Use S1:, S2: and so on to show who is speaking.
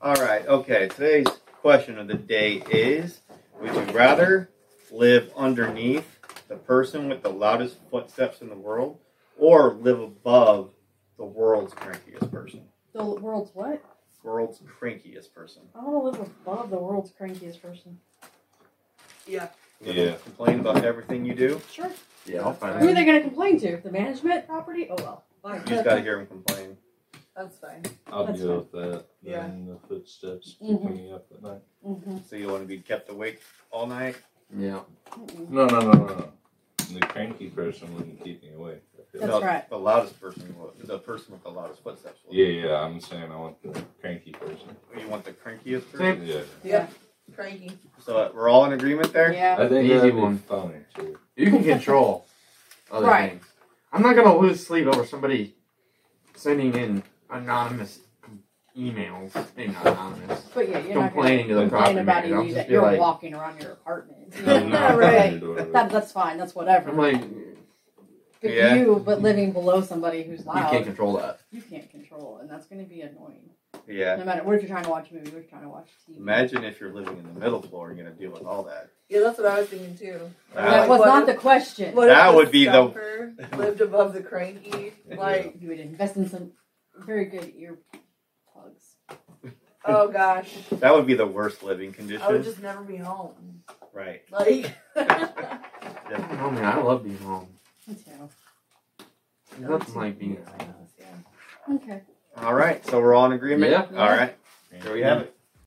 S1: All right. Okay. Today's question of the day is: Would you rather live underneath the person with the loudest footsteps in the world, or live above the world's crankiest person?
S2: The world's what?
S1: World's crankiest person.
S2: I want to live above the world's crankiest person.
S3: Yeah.
S1: You gonna
S4: Yeah.
S1: Complain about everything you do.
S2: Sure.
S4: Yeah, I'll find
S2: Who are
S4: it.
S2: they going to complain to? The management property? Oh well.
S1: You just got to hear him complain.
S3: That's fine.
S4: I'll
S2: That's
S4: deal with that.
S3: Yeah.
S4: Then the footsteps
S2: Mhm.
S4: picking me up at night.
S2: Mm-hmm.
S1: So you want to be kept awake all night?
S4: Yeah. No, no, no, no, no. The cranky person wouldn't keep me awake. I feel.
S2: That's
S1: No,
S2: right.
S1: The loudest person, will- the person with the loudest footsteps. will.
S4: Yeah, yeah. I'm saying I want the cranky person.
S1: You want the crankiest person.
S4: Yeah.
S2: Yeah.
S3: Cranky.
S1: So uh, we're all in agreement there.
S2: Yeah.
S4: I think
S5: Easy
S4: easy
S5: one.
S4: one. Funny too.
S5: You can control other
S2: Right.
S5: things. I'm not gonna lose sleep over somebody sending in anonymous com- emails. Maybe not anonymous.
S2: But yeah, you're not going
S5: complaining to the
S2: to complain
S4: complain
S5: property
S2: about
S5: manager. I'll
S2: you
S5: just
S2: that
S5: be
S2: you're
S5: like,
S2: walking around your apartment.
S4: No,
S2: Yeah,
S4: no,
S2: yeah,
S4: I'm
S2: right.
S4: gonna do it.
S2: That, that's fine. That's whatever.
S5: I'm like, you
S2: but
S1: Yeah.
S2: you, but living below somebody who's loud,
S5: can't control that.
S2: you can't control, and that's going to be annoying.
S1: Yeah.
S2: No matter what if you're trying to watch a movie, what if you're trying to watch TV.
S1: Imagine if you're living in the middle floor, you're gonna deal with all that.
S3: Yeah, that's what I was thinking too.
S2: that
S1: That,
S2: was
S3: What
S2: not
S3: if-
S2: the question.
S3: What if
S1: That
S3: the
S1: would be the-
S3: scalper lived above the cranky. Like,
S2: You would invest in some very good earplugs.
S3: oh gosh,
S1: that would be the worst living condition.
S3: I would just never be home.
S1: Right.
S3: Like,
S5: I don't know, Oh, man. I love being home.
S2: Me too.
S5: There's Nothing like being at home.
S3: yeah.
S2: Okay.
S1: All right. So we're all in agreement.
S5: Yeah.
S1: All right. There we have it.